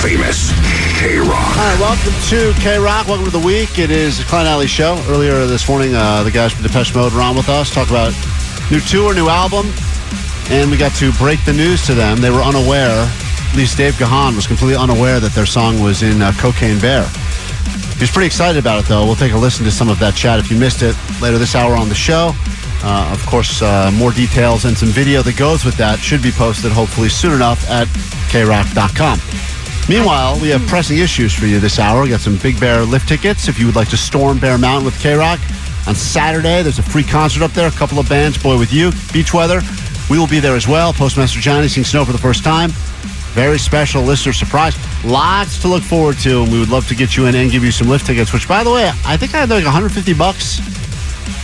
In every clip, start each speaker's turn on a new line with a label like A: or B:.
A: famous K Rock.
B: All right, welcome to K Rock. Welcome to the week. It is the Klein Alley Show. Earlier this morning, uh, the guys from Depeche Mode were on with us, talk about new tour, new album, and we got to break the news to them. They were unaware, at least Dave Gahan was completely unaware that their song was in uh, Cocaine Bear. He was pretty excited about it, though. We'll take a listen to some of that chat if you missed it later this hour on the show. Uh, of course, uh, more details and some video that goes with that should be posted hopefully soon enough at krock.com. Meanwhile, we have pressing issues for you this hour. We got some Big Bear lift tickets. If you would like to storm Bear Mountain with K Rock on Saturday, there's a free concert up there. A couple of bands, Boy With You, Beach Weather. We will be there as well. Postmaster Johnny sings Snow for the first time. Very special listener surprise. Lots to look forward to, and we would love to get you in and give you some lift tickets. Which, by the way, I think I had like 150 bucks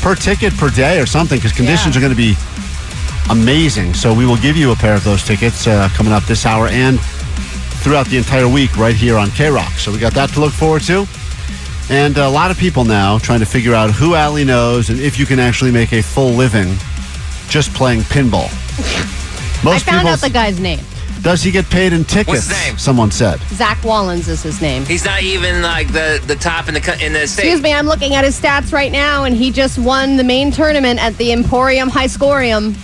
B: per ticket per day or something because conditions
C: Yeah.
B: are going to be amazing. So we will give you a pair of those tickets uh, coming up this hour and throughout the entire week right here on K Rock. So we got that to look forward to. And a lot of people now trying to figure out who Allie knows and if you can actually make a full living just playing pinball.
C: I
B: Most
C: found
B: people,
C: out the guy's name.
B: does he get paid in tickets?
D: What's his name?
B: Someone said.
C: Zach Wallens is his name.
D: He's not even like the the top in the co- in the state.
C: Excuse me, I'm looking at his stats right now, and he just won the main tournament at the Emporium High Scorium.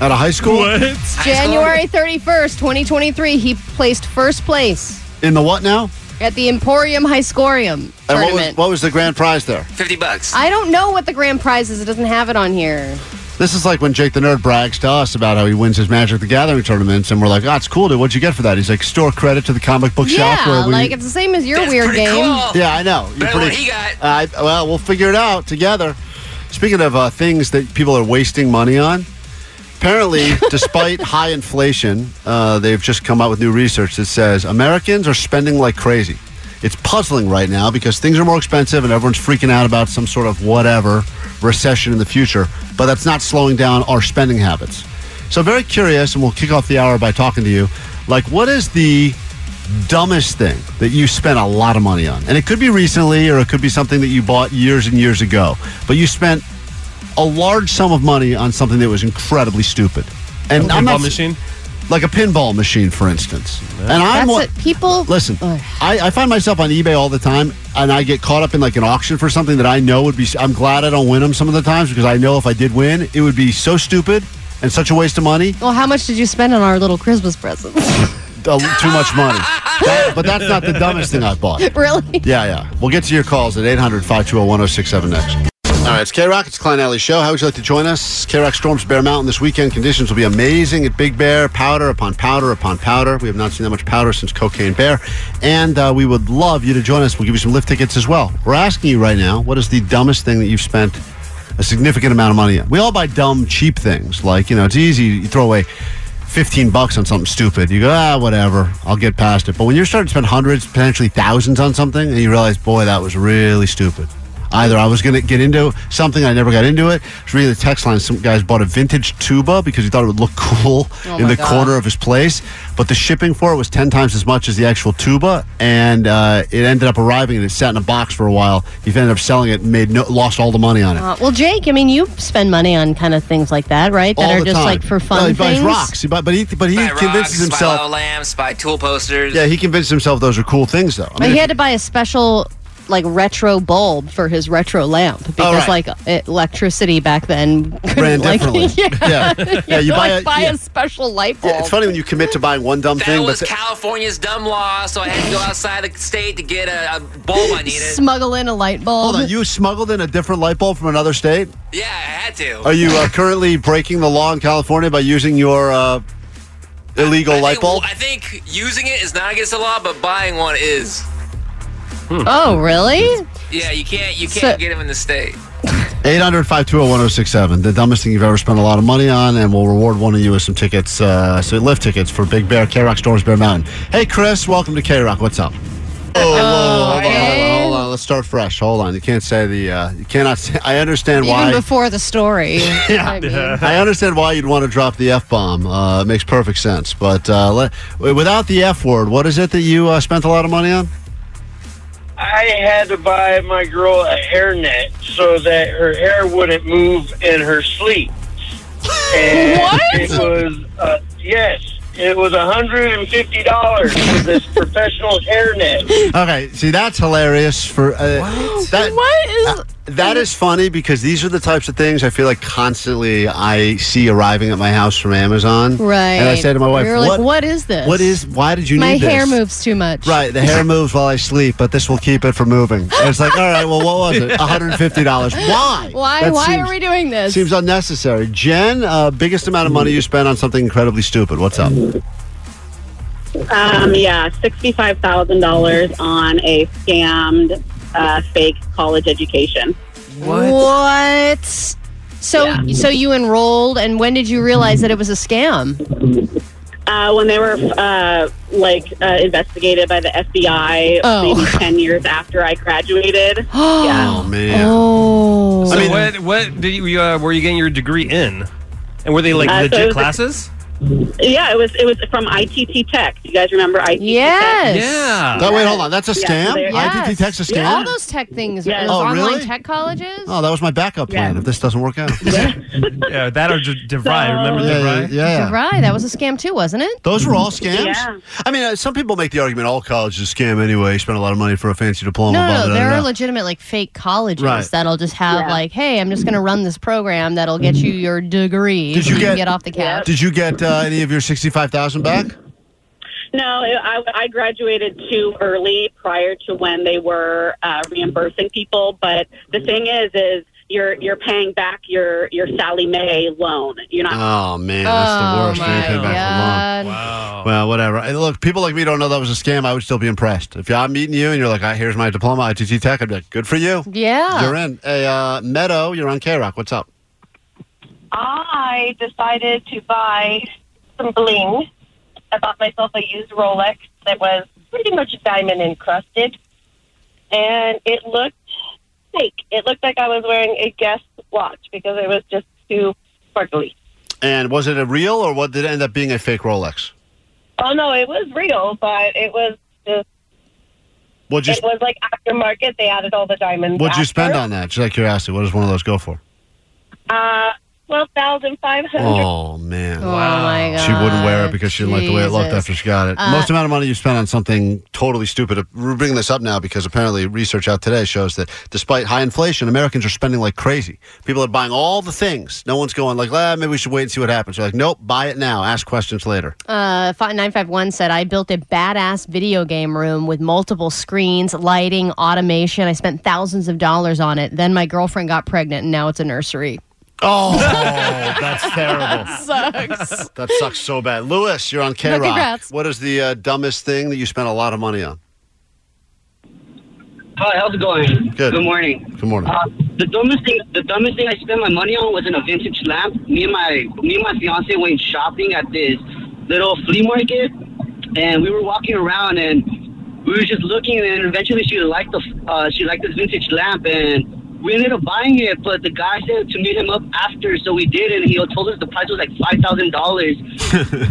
B: Out of high school?
E: What?
C: January 31st, 2023, he placed first place
B: In the what now?
C: at the Emporium High Scorium
B: And
C: tournament.
B: what was, what was the grand prize there?
D: Fifty bucks.
C: I don't know what the grand prize is. It doesn't have it on here.
B: This is like when Jake the Nerd brags to us about how he wins his Magic the Gathering tournaments, and we're like, oh, it's cool, dude. What'd you get for that? He's like, store credit to the comic book shop.
C: yeah,
B: where we-
C: like it's the same as your
D: That's
C: weird
D: pretty
C: game.
D: Cool.
B: Yeah, I know.
D: Oh. Better than what he got.
B: I, well, we'll figure it out together. Speaking of uh, things that people are wasting money on, apparently, despite high inflation, uh, they've just come out with new research that says Americans are spending like crazy. It's puzzling right now because things are more expensive and everyone's freaking out about some sort of whatever recession in the future, but that's not slowing down our spending habits. So, very curious, and we'll kick off the hour by talking to you. Like, what is the dumbest thing that you spent a lot of money on? And it could be recently or it could be something that you bought years and years ago, but you spent a large sum of money on something that was incredibly stupid. And I'm not-
E: Pinball machine.
B: Like a pinball machine, for instance. And I'm
C: That's
B: one-
C: what people.
B: Listen,
C: Ugh.
B: I, I find myself on eBay all the time, and I get caught up in like an auction for something that I know would be. I'm glad I don't win them some of the times because I know if I did win, it would be so stupid and such a waste of money,
C: Well, how much did you spend on our little Christmas present?
B: uh, too much money. That- but that's not the dumbest thing I bought.
C: really?
B: Yeah, yeah. We'll get to your calls at 800 520 1067 next. All right, it's K Rock. It's Klein Alley Show. How would you like to join us? K Rock storms Bear Mountain this weekend. Conditions will be amazing at Big Bear, powder upon powder upon powder. We have not seen that much powder since Cocaine Bear. And uh, we would love you to join us. We'll give you some lift tickets as well. We're asking you right now what is the dumbest thing that you've spent a significant amount of money on? We all buy dumb, cheap things. Like, you know, it's easy. You throw away 15 bucks on something stupid. You go, ah, whatever, I'll get past it. But when you're starting to spend hundreds, potentially thousands on something, and you realize, boy, that was really stupid. Either I was going to get into something, I never got into it. I was reading the text line. Some guys bought a vintage tuba because he thought it would look cool
C: Oh
B: in
C: my
B: the
C: God.
B: corner of his place. But the shipping for it was 10 times as much as the actual tuba. And uh, it ended up arriving and it sat in a box for a while. He ended up selling it and made no, lost all the money on it.
C: Uh, well, Jake, I mean, you spend money on kind of things like that, right? That
B: all
C: are
B: the
C: just
B: time.
C: like for fun
B: No, he
C: things.
B: buys rocks. He buy, but he, but he
D: Buy
B: convinces
D: rocks,
B: himself.
D: Buy lava lamps. Buy tool posters.
B: Yeah, he convinced himself those are cool things, though. I
C: But
B: mean,
C: he had to buy a special like retro bulb for his retro lamp because
B: Oh, right.
C: like it- electricity back then couldn't,
B: ran
C: like,
B: differently.
C: yeah,
B: yeah. yeah, You buy,
C: like,
B: a,
C: buy
B: yeah.
C: a special light bulb.
B: Yeah, It's funny when you commit to buying one dumb
D: That
B: thing, but
D: was
B: th-
D: California's dumb law, so I had to go outside the state to get a, a bulb I needed.
C: Smuggle in a light bulb.
B: hold on, you smuggled in a different light bulb from another state.
D: yeah, I had to.
B: Are you uh, currently breaking the law in California by using your uh, illegal
D: I
B: light
D: think-
B: bulb?
D: I think using it is not against the law, but buying one is.
C: oh, really?
D: Yeah, you can't. You can't
C: So-
D: get them in the state.
B: 800 520 1067. The dumbest thing you've ever spent a lot of money on, and we'll reward one of you with some tickets, uh, so lift tickets for Big Bear, K Rock Storms, Bear Mountain. Hey, Chris, welcome to K Rock. What's up? Oh, hold on, hold on, hold on. Let's start fresh. Hold on. You can't say the, uh, you cannot say, I understand why.
C: Even before the story. I mean,
B: I understand why you'd want to drop the f bomb. Uh, it makes perfect sense. But uh, le- without the f word, what is it that you uh, spent a lot of money on?
F: I had to buy my girl a hairnet so that her hair wouldn't move in her sleep. And
C: What?
F: It was uh, yes, It was $150 for this professional hairnet.
B: Okay, see that's hilarious for uh, that.
C: What is?
B: That is funny because these are the types of things I feel like constantly I see arriving at my house from Amazon.
C: Right.
B: And I say to my wife,
C: You're
B: what,
C: like, what is this?
B: what is, why did you
C: My
B: need this?
C: hair moves too much.
B: Right, the hair moves while I sleep, but this will keep it from moving. And it's like, all right, well, what was it? $150. Why?
C: Why?
B: That
C: why
B: seems-
C: are we doing this?
B: Seems unnecessary. Jen, uh, biggest amount of money you spent on something incredibly stupid. What's up?
E: Um, yeah, sixty-five thousand dollars on a scammed, uh, fake college education.
C: what? So, so you enrolled, and when did you realize that it was a scam?
E: Uh, when they were uh, like uh, investigated by the FBI,
C: Oh.
E: maybe ten years after I graduated. yeah.
B: Oh, man.
C: Oh,
G: So
B: I mean-
G: what? What did you? Uh, were you getting your degree in? And were they like
E: Uh, so
G: legit
E: it was-
G: classes?
E: yeah, it was it was from ITT Tech. Do you guys remember ITT?
C: yes.
G: Yeah.
B: That, oh, wait, hold on. That's a
E: Yeah,
B: scam?
E: they-
B: ITT Tech's a scam?
C: Yeah, all those tech things.
E: Yeah.
C: Those
E: Oh,
C: online
B: really?
C: tech colleges.
B: oh, that was my backup plan
E: Yeah.
B: if this doesn't work out.
G: yeah, that or De- DeVry.
E: So-
G: Remember
B: yeah,
G: DeVry?
B: yeah.
C: Right, that was a scam too, wasn't it?
B: Those were all scams.
E: Yeah.
B: I mean, uh, some people make the argument all college is a scam anyway. You spend a lot of money for a fancy diploma. blah,
C: No, no,
B: blah,
C: there
B: blah,
C: are
B: blah.
C: legitimate like fake colleges
B: Right.
C: that'll just have
E: Yeah.
C: like, hey, I'm just going to run this program that'll get you your degree.
B: Did
C: so
B: you
C: can
B: get-
C: get off the couch?
B: Did you get uh, any of your sixty-five thousand
C: Uh,
B: back?
E: No, I, I graduated too early prior to when they were uh, reimbursing people. But the thing is, is you're you're paying back your your Sally May loan. You're not.
B: Oh man, that's the worst.
C: Oh
B: You didn't
C: my
B: pay back
C: God.
E: Um,
B: for long. Well, whatever. Hey, look, people like me don't know that was a scam. I would still be impressed if I'm meeting you and you're like, "Ah, "Here's my diploma, ITT Tech." I'd be like, "Good for you.
C: Yeah.
B: You're in." Hey, uh, Meadow, you're on K Rock. What's up?
H: I decided to buy some bling. I bought myself a used Rolex that was pretty much diamond encrusted, and it looked fake. It looked like I was wearing a guest watch because it was just too sparkly.
B: And was it a real or what? Did it end up being a fake Rolex?
H: Oh no, it was real, but it was just
B: What would you
H: it was like aftermarket. They added all the diamonds.
B: What'd you
H: after.
B: spend on that? Just out of curiosity, what does one of those go for?
H: Uh, twelve thousand five hundred.
B: Oh man.
C: Oh my god.
B: She wouldn't wear it because she didn't like the way it looked
C: Jesus.
B: after she got it.
C: Uh,
B: Most amount of money you spent on something totally stupid. We're bringing this up now because apparently research out today shows that despite high inflation, Americans are spending like crazy. People are buying all the things. No one's going like, ah, maybe we should wait and see what happens. You're like, nope, buy it now. Ask questions later.
C: Uh, fi- 951 said, I built a badass video game room with multiple screens, lighting, automation. I spent thousands of dollars on it. Then my girlfriend got pregnant, and now it's a nursery.
B: Oh, that's terrible.
C: Sucks.
B: That sucks so bad. Lewis, you're on K Rock.
C: congrats.
B: What is the uh, dumbest thing that you spent a lot of money on?
I: Hi, how's it going?
B: Good.
I: Good morning.
B: Good morning.
I: Uh, the dumbest thing, the dumbest thing I spent my money on was in a vintage lamp. Me and my, me and my fiance went shopping at this little flea market, and we were walking around, and we were just looking, and eventually she liked the, uh, she liked this vintage lamp, and we ended up buying it. But the guy said to meet him up after, so we did, and he told us the price was like five thousand dollars.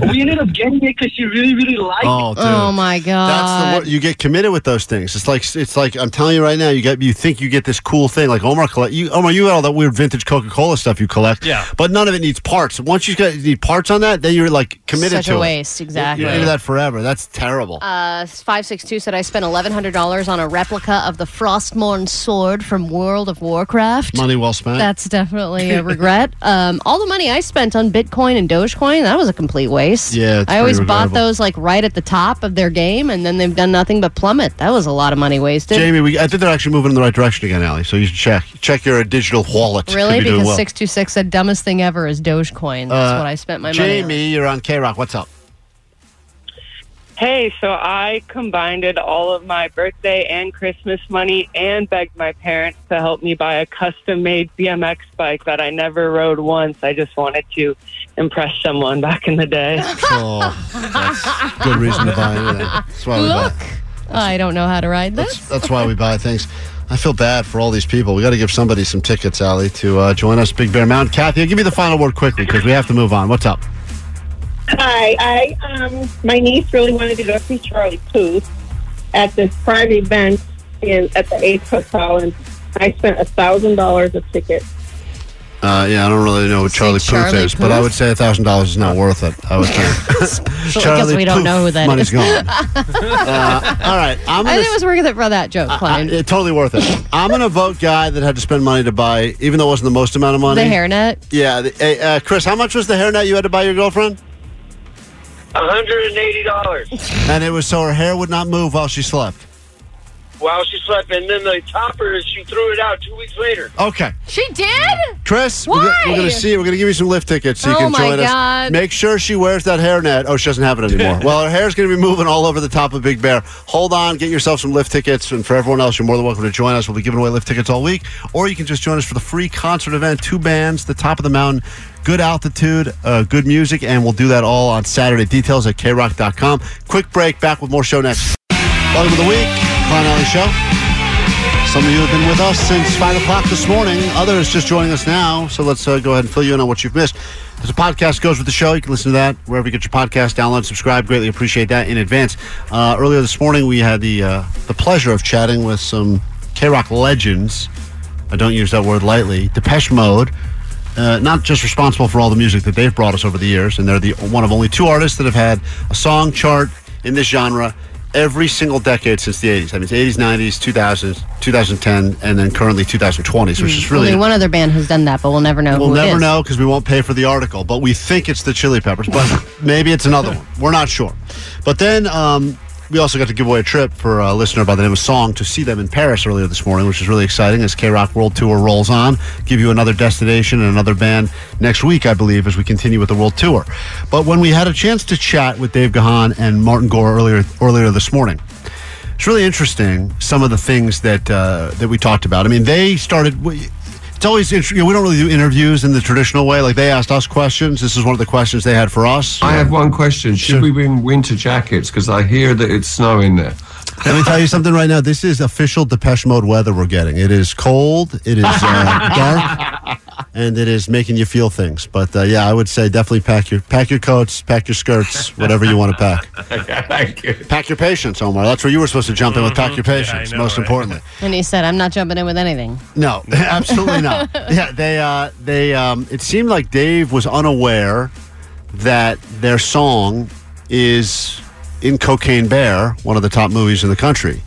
I: we ended up getting it because she really, really liked it.
B: Oh, dude.
C: oh my god.
B: That's the word. You get committed with those things. It's like it's like I'm telling you right now. You get you think you get this cool thing like Omar collect. You Omar, you got all that weird vintage Coca Cola stuff you collect.
G: Yeah.
B: but none of it needs parts. Once you got, need parts on that, then you're like committed
C: Such
B: to
C: a
B: it.
C: waste, exactly.
B: You're into that forever. That's terrible.
C: Uh, 562 said, I spent $1,100 on a replica of the Frostmourne sword from World of Warcraft.
B: Money well spent.
C: That's definitely a regret. um, all the money I spent on Bitcoin and Dogecoin, that was a complete waste.
B: Yeah, it's
C: I always
B: pretty
C: bought
B: regrettable.
C: those like right at the top of their game, and then they've done nothing but plummet. That was a lot of money wasted.
B: Jamie, we, I think they're actually moving in the right direction again, Allie. So you should check check your digital wallet. Could
C: really?
B: be doing
C: Because
B: well.
C: 626 said, dumbest thing ever is Dogecoin. That's
B: Uh,
C: what I spent my money
B: Jamie, you're on K Rock. What's up?
J: Hey, so I combined it all of my birthday and Christmas money and begged my parents to help me buy a custom made BMX bike that I never rode once. I just wanted to impress someone back in the day.
B: Oh, that's a good reason to buy anything. That's why
C: on.
B: we buy.
C: Look, I don't know how to ride this.
B: That's why we buy things. I feel bad for all these people. We got to give somebody some tickets, Allie, to uh, join us, Big Bear Mountain. Kathy, give me the final word quickly because we have to move on. What's up?
H: Hi, I um, my niece really wanted to go see Charlie Puth at this private event in at the Ace Hotel, and I spent a thousand dollars a ticket.
B: Uh, yeah, I don't really know what Charlie,
C: Charlie
B: Poof is, but I
C: Poof?
B: would say thousand dollars is not worth it. I would think.
C: because we don't
B: Poof,
C: know who that
B: money's
C: is.
B: gone. Uh, all right, I'm
C: I
B: gonna
C: think it was worth it for that joke, Klein.
B: it, totally worth it. I'm gonna vote guy that had to spend money to buy, even though it wasn't the most amount of
C: the
B: money.
C: hairnet.
B: Yeah, the, hey, uh, Chris, how much was the hairnet you had to buy your girlfriend?
F: $180
B: And it was so her hair would not move while she slept.
F: while she slept. And then the topper, she threw it out two weeks later.
B: Okay,
C: She did?
B: Chris, we're, go- we're
C: Why?
B: gonna see. We're gonna give you some lift tickets so you
C: Oh
B: can
C: my
B: join us.
C: God.
B: Make sure she wears that hairnet. Oh, she doesn't have it anymore. well, her hair's gonna be moving all over the top of Big Bear. Hold on, get yourself some lift tickets, and for everyone else, you're more than welcome to join us. We'll be giving away lift tickets all week, or you can just join us for the free concert event. Two bands, the top of the mountain. Good altitude, uh, good music, and we'll do that all on Saturday. Details at krock.com. Quick break, back with more show next. Welcome to the week, Klein Alley Show. Some of you have been with us since 5 o'clock this morning. Others just joining us now. So let's uh, go ahead and fill you in on what you've missed. There's a podcast goes with the show. You can listen to that wherever you get your podcast. Download, subscribe. Greatly appreciate that in advance. Uh, earlier this morning, we had the uh, the pleasure of chatting with some K Rock legends. I don't use that word lightly. Depeche Mode, uh, not just responsible for all the music that they've brought us over the years, and they're the one of only two artists that have had a song chart in this genre every single decade since the 80s. I mean, it's 80s, 90s, 2000s, 2010, and then currently 2020s, which is really
C: Only one other band has done that, but we'll never know.
B: We'll
C: who it
B: never
C: is.
B: know because we won't pay for the article, but we think it's the Chili Peppers, but maybe it's another one. We're not sure. But then um, we also got to give away a trip for a listener by the name of Song to see them in Paris earlier this morning, which is really exciting as K Rock World Tour rolls on. Give you another destination and another band next week, I believe, as we continue with the World Tour. But when we had a chance to chat with Dave Gahan and Martin Gore earlier earlier this morning, it's really interesting some of the things that uh, that we talked about. I mean, they started. We, it's always interesting. You know, we don't really do interviews in the traditional way. Like they asked us questions. This is one of the questions they had for us.
K: I have one question. Should we bring winter jackets? Because I hear that it's snowing there.
B: Let me tell you something right now. This is official Depeche Mode weather we're getting. It is cold. It is uh, dark, and it is making you feel things. But uh, yeah, I would say definitely pack your pack your coats, pack your skirts, whatever you want to pack.
K: Thank you.
B: Pack your patience, Omar. That's where you were supposed to jump in with pack your patience. most importantly.
C: And he said, I'm not jumping in with anything.
B: No, absolutely not. Yeah, they uh, they um, it seemed like Dave was unaware that their song is in Cocaine Bear, one of the top movies in the country.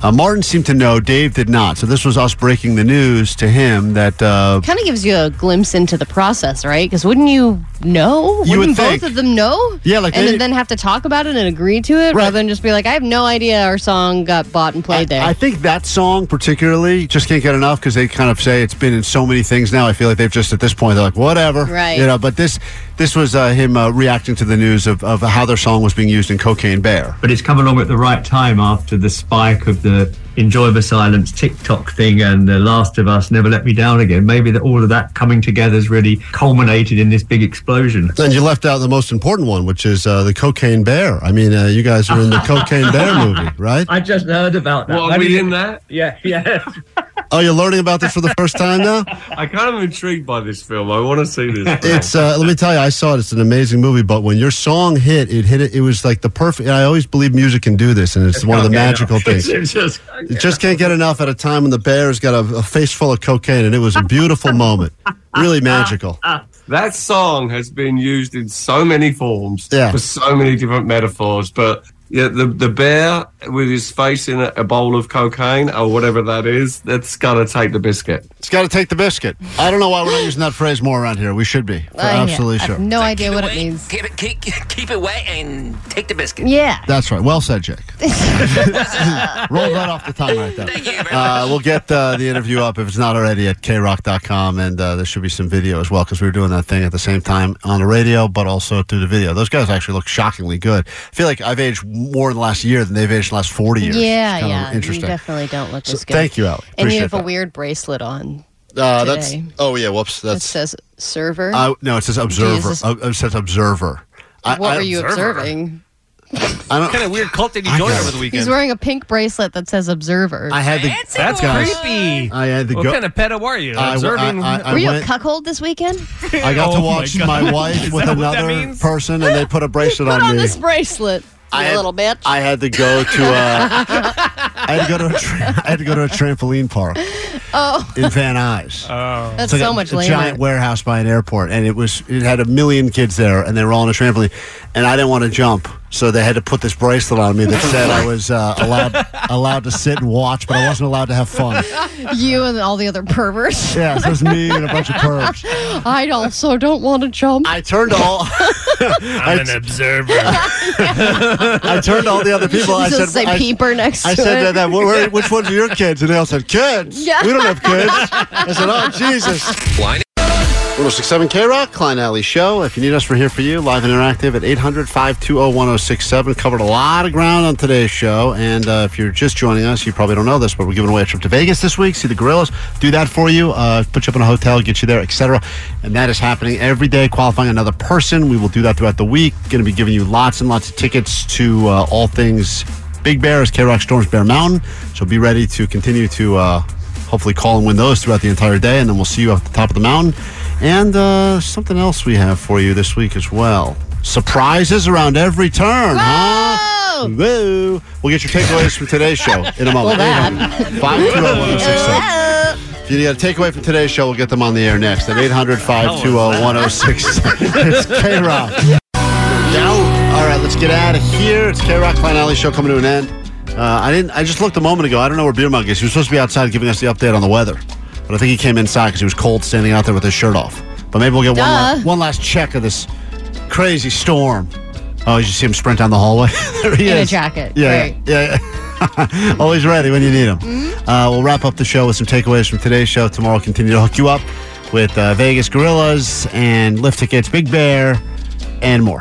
B: Uh, Martin seemed to know, Dave did not. So this was us breaking the news to him that uh,
C: Kind of gives you a glimpse into the process, right? Because wouldn't you know?
B: You would
C: wouldn't both
B: think.
C: of them know?
B: Yeah, like
C: and
B: they-
C: then have to talk about it and agree to it rather than just be like, I have no idea our song got bought and played there.
B: I think that song particularly just can't get enough because they kind of say it's been in so many things now. I feel like they've just at this point they're like whatever,
C: Right.
B: You know, but this this was uh, him uh, reacting to the news of, of how their song was being used in Cocaine Bear.
L: But it's come along at the right time after the spike of the Enjoy the Silence TikTok thing and The Last of Us Never Let Me Down Again. Maybe that all of that coming together has really culminated in this big explosion.
B: And you left out the most important one, which is uh, the Cocaine Bear. I mean, uh, you guys are in the Cocaine Bear movie, right?
L: I just heard about that.
K: What, are
L: How do
K: we
L: you-
K: in that?
L: Yeah, yeah.
B: Oh, you're learning about this for the first time now?
K: I kind of am intrigued by this film. I want to see this.
B: It's uh, let me tell you, I saw it. It's an amazing movie. But when your song hit, it hit it. It was like the perfect. I always believe music can do this, and it's one of the magical things.
K: It's just-
B: You just can't get enough at a time when the bear's got a, a face full of cocaine, and it was a beautiful moment, really magical.
K: That song has been used in so many forms
B: Yeah.
K: for so many different metaphors, but yeah, the the bear with his face in a, a bowl of cocaine or whatever that is, that's gotta take the biscuit.
B: It's got to take the biscuit. I don't know why we're not using that phrase more around here. We should be. For
C: I-
B: absolutely
C: I
B: sure.
C: have no idea what it means.
D: Keep it, keep, keep it wet and take the biscuit.
C: Yeah.
B: That's right. Well said, Jake. Roll that off the tongue right there. Uh, we'll get uh, the interview up if it's not already at krock.com, and uh, there should be some video as well because we were doing that thing at the same time on the radio, but also through the video. Those guys actually look shockingly good. I feel like I've aged more in the last year than they've aged in the last 40 years.
C: Yeah,
B: It's kinda
C: yeah.
B: Interesting.
C: You definitely don't look
B: So
C: as good.
B: thank you, Alec.
C: And you
B: Appreciate
C: have a
B: that.
C: weird bracelet on.
B: Uh, that's
C: today.
B: oh yeah, whoops.
C: That
B: That's
C: says server.
B: uh, no, it says observer.
C: Jesus.
B: Uh, it says observer. I,
C: what
B: I-
C: were you observing?
B: I don't.
G: kind of weird cult did he
B: I
G: join
B: got
G: over
B: it.
G: the
C: He's
G: weekend?
C: wearing a pink bracelet that says observer.
B: I had the
G: That's
B: guys,
G: creepy.
B: I had the
G: What
B: go-
G: kind of pedo are you?
B: I- I-
G: Observing.
B: I- I
C: were you
B: went-
C: a cuckold this weekend?
B: I got
G: Oh
B: to
G: my
B: watch
G: God.
B: my, wife
G: Is
B: with
G: that what that
B: another
G: means?
B: person, and they put a bracelet on
C: Put on
B: me.
C: this bracelet, you
B: I had-
C: little bitch.
B: I had to go to. Uh, I had to go to a tra- I had to go to a trampoline park
C: Oh,
B: in Van Nuys.
G: Oh,
C: That's
B: It's
C: so
B: a-
C: much
B: a
C: lamer.
B: giant warehouse by an airport, and it was it had a million kids there, and they were all on a trampoline, and I didn't want to jump, so they had to put this bracelet on me that said I was uh, allowed allowed to sit and watch, but I wasn't allowed to have fun.
C: you and all the other perverts.
B: Yeah, so it was me and a bunch of pervs.
C: I also don't want to jump.
B: I turned all.
G: I'm an observer.
B: I turned to all the other people. I said,
C: Just say
B: I,
C: peeper next
B: I
C: to
B: said
C: it.
B: to them, "Where- "Which ones are your kids?" And they all said, "Kids.
C: Yeah.
B: We don't have kids." I said, "Oh Jesus."
D: Blind.
B: 1067 K Rock, Klein Alley Show. If you need us, we're here for you, live and interactive at 800 520 1067. Covered a lot of ground on today's show. And uh, if you're just joining us, you probably don't know this, but we're giving away a trip to Vegas this week. See the gorillas, do that for you, uh, put you up in a hotel, get you there, etc. And that is happening every day, qualifying another person. We will do that throughout the week. Going to be giving you lots and lots of tickets to uh, all things Big Bear is K Rock Storms Bear Mountain. So be ready to continue to. Uh, hopefully call and win those throughout the entire day, and then we'll see you at the top of the mountain. And uh, something else we have for you this week as well. Surprises around every turn,
C: Oh!
B: huh? Woo! We'll get your takeaways from today's show in a moment.
A: Well,
B: 800 520 1067. If you got a takeaway from today's show, we'll get them on the air next at 800 520 1067. It's K Rock. All right, let's get out of here. It's K Rock Klein Alley Show coming to an end. Uh, I didn't. I just looked a moment ago. I don't know where Beer Mug is. He was supposed to be outside giving us the update on the weather, but I think he came inside because he was cold, standing out there with his shirt off. But maybe we'll get one
C: Duh.
B: last, one last check of this crazy storm. Oh, did you see him sprint down the hallway? there he
C: In a
B: is.
C: jacket.
B: Yeah,
C: Great. Mm-hmm.
B: yeah. yeah. Always ready when you need them. Uh, we'll wrap up the show with some takeaways from today's show. Tomorrow, we'll continue to hook you up with uh, Vegas Gorillas and lift tickets, Big Bear, and more.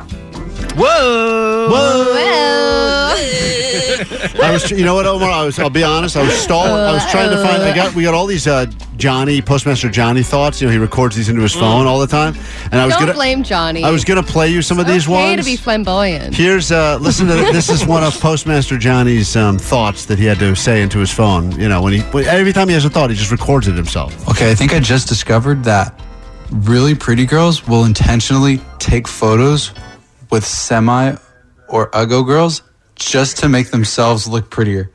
G: Whoa!
B: I was, you know what, Omar? I was. I'll be honest. I was stalling. I was trying to find. I got. We got all these uh, Johnny Postmaster Johnny thoughts. You know, he records these into his phone all the time. And I was
C: Mm. don't
B: gonna.
C: blame Johnny.
B: I was gonna play you some of these
C: okay
B: ones.
C: to be flamboyant.
B: Here's uh, listen to this is one of Postmaster Johnny's um, thoughts that he had to say into his phone. You know, when he when- every time he has a thought, he just records it himself.
M: Okay, I think I just discovered that really pretty girls will intentionally take photos with semi or uggo girls just to make themselves look prettier.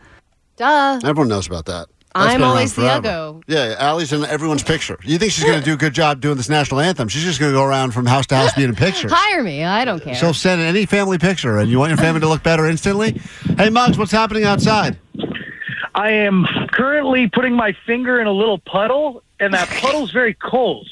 C: Duh.
B: Everyone knows about that. That's
C: I'm
B: been
C: always the
B: around
C: uggo.
B: Yeah, yeah, Allie's in everyone's picture. You think she's going to do a good job doing this national anthem? She's just going to go around from house to house being in pictures.
C: Hire me. I don't care.
B: She'll send any family picture, and you want your family to look better instantly. Hey, Muggs, what's happening outside?
N: I am currently putting my finger in a little puddle, and that puddle's very cold.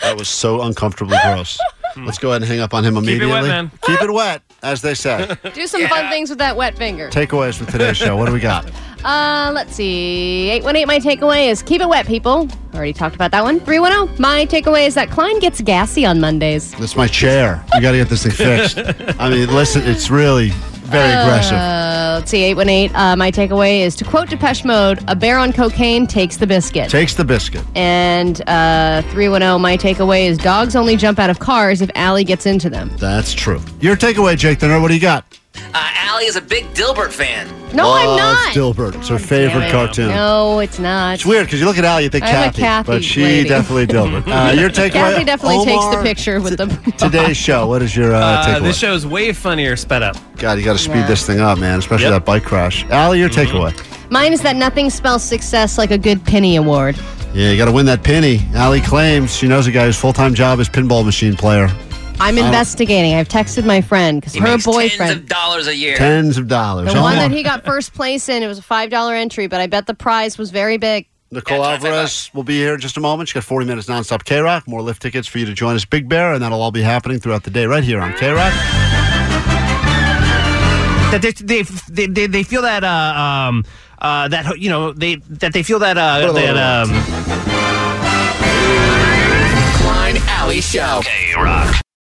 B: That was so uncomfortably gross. Let's go ahead and hang up on him
G: Keep it wet,
B: immediately.
G: man.
B: Keep it wet, as they say.
C: Do some fun things with that wet finger.
B: Takeaways from today's show. What do we got?
C: Uh, let's see. 818, my takeaway is keep it wet, people. Already talked about that one. 310, my takeaway is that Klein gets gassy on Mondays.
B: That's my chair. You got to get this thing fixed. I mean, listen, it's really very aggressive.
C: Uh, let's see, 818, uh, my takeaway is to quote Depeche Mode, a bear on cocaine takes the biscuit.
B: Takes the biscuit.
C: and uh, 310, my takeaway is dogs only jump out of cars if Allie gets into them.
B: That's true. Your takeaway, Jake Thinner, what do you got?
D: Uh, Allie is a big Dilbert fan.
C: No, I'm not.
B: Dilbert. Oh, It's her favorite cartoon.
C: No, it's not.
B: It's weird because you look at Al, you think
C: I'm a
B: Kathy,
C: Kathy
B: but she
C: lady.
B: definitely Dilbert. Uh, your takeaway.
C: Kathy definitely takes the
B: Omar,
C: picture with the
B: Today's show. What is your uh,
G: Uh,
B: takeaway?
G: this show is way funnier sped up.
B: God, you got to speed this thing up, man. Especially
G: Yep.
B: that bike crash. Allie, your takeaway.
C: Mine is that nothing spells success like a good penny award.
B: Yeah, you got to win that penny. Allie claims she knows a guy whose full time job is pinball machine player. I
C: I'm
B: don't-
C: investigating. I've texted my friend because
B: He
C: her
B: makes
C: boyfriend,
D: Dollars a year.
B: Tens of dollars.
C: the one
B: Omar.
C: that he got first place in, it was a five dollar entry, but I bet the prize was very big.
B: Nicole Alvarez will be here in just a moment. She's got 40 minutes nonstop K Rock. More lift tickets for you to join us, Big Bear, and that'll all be happening throughout the day right here on K Rock.
G: that they they they, they, they feel that uh, um uh that you know they that they feel that uh that um.
D: Blind Alley Show. K Rock.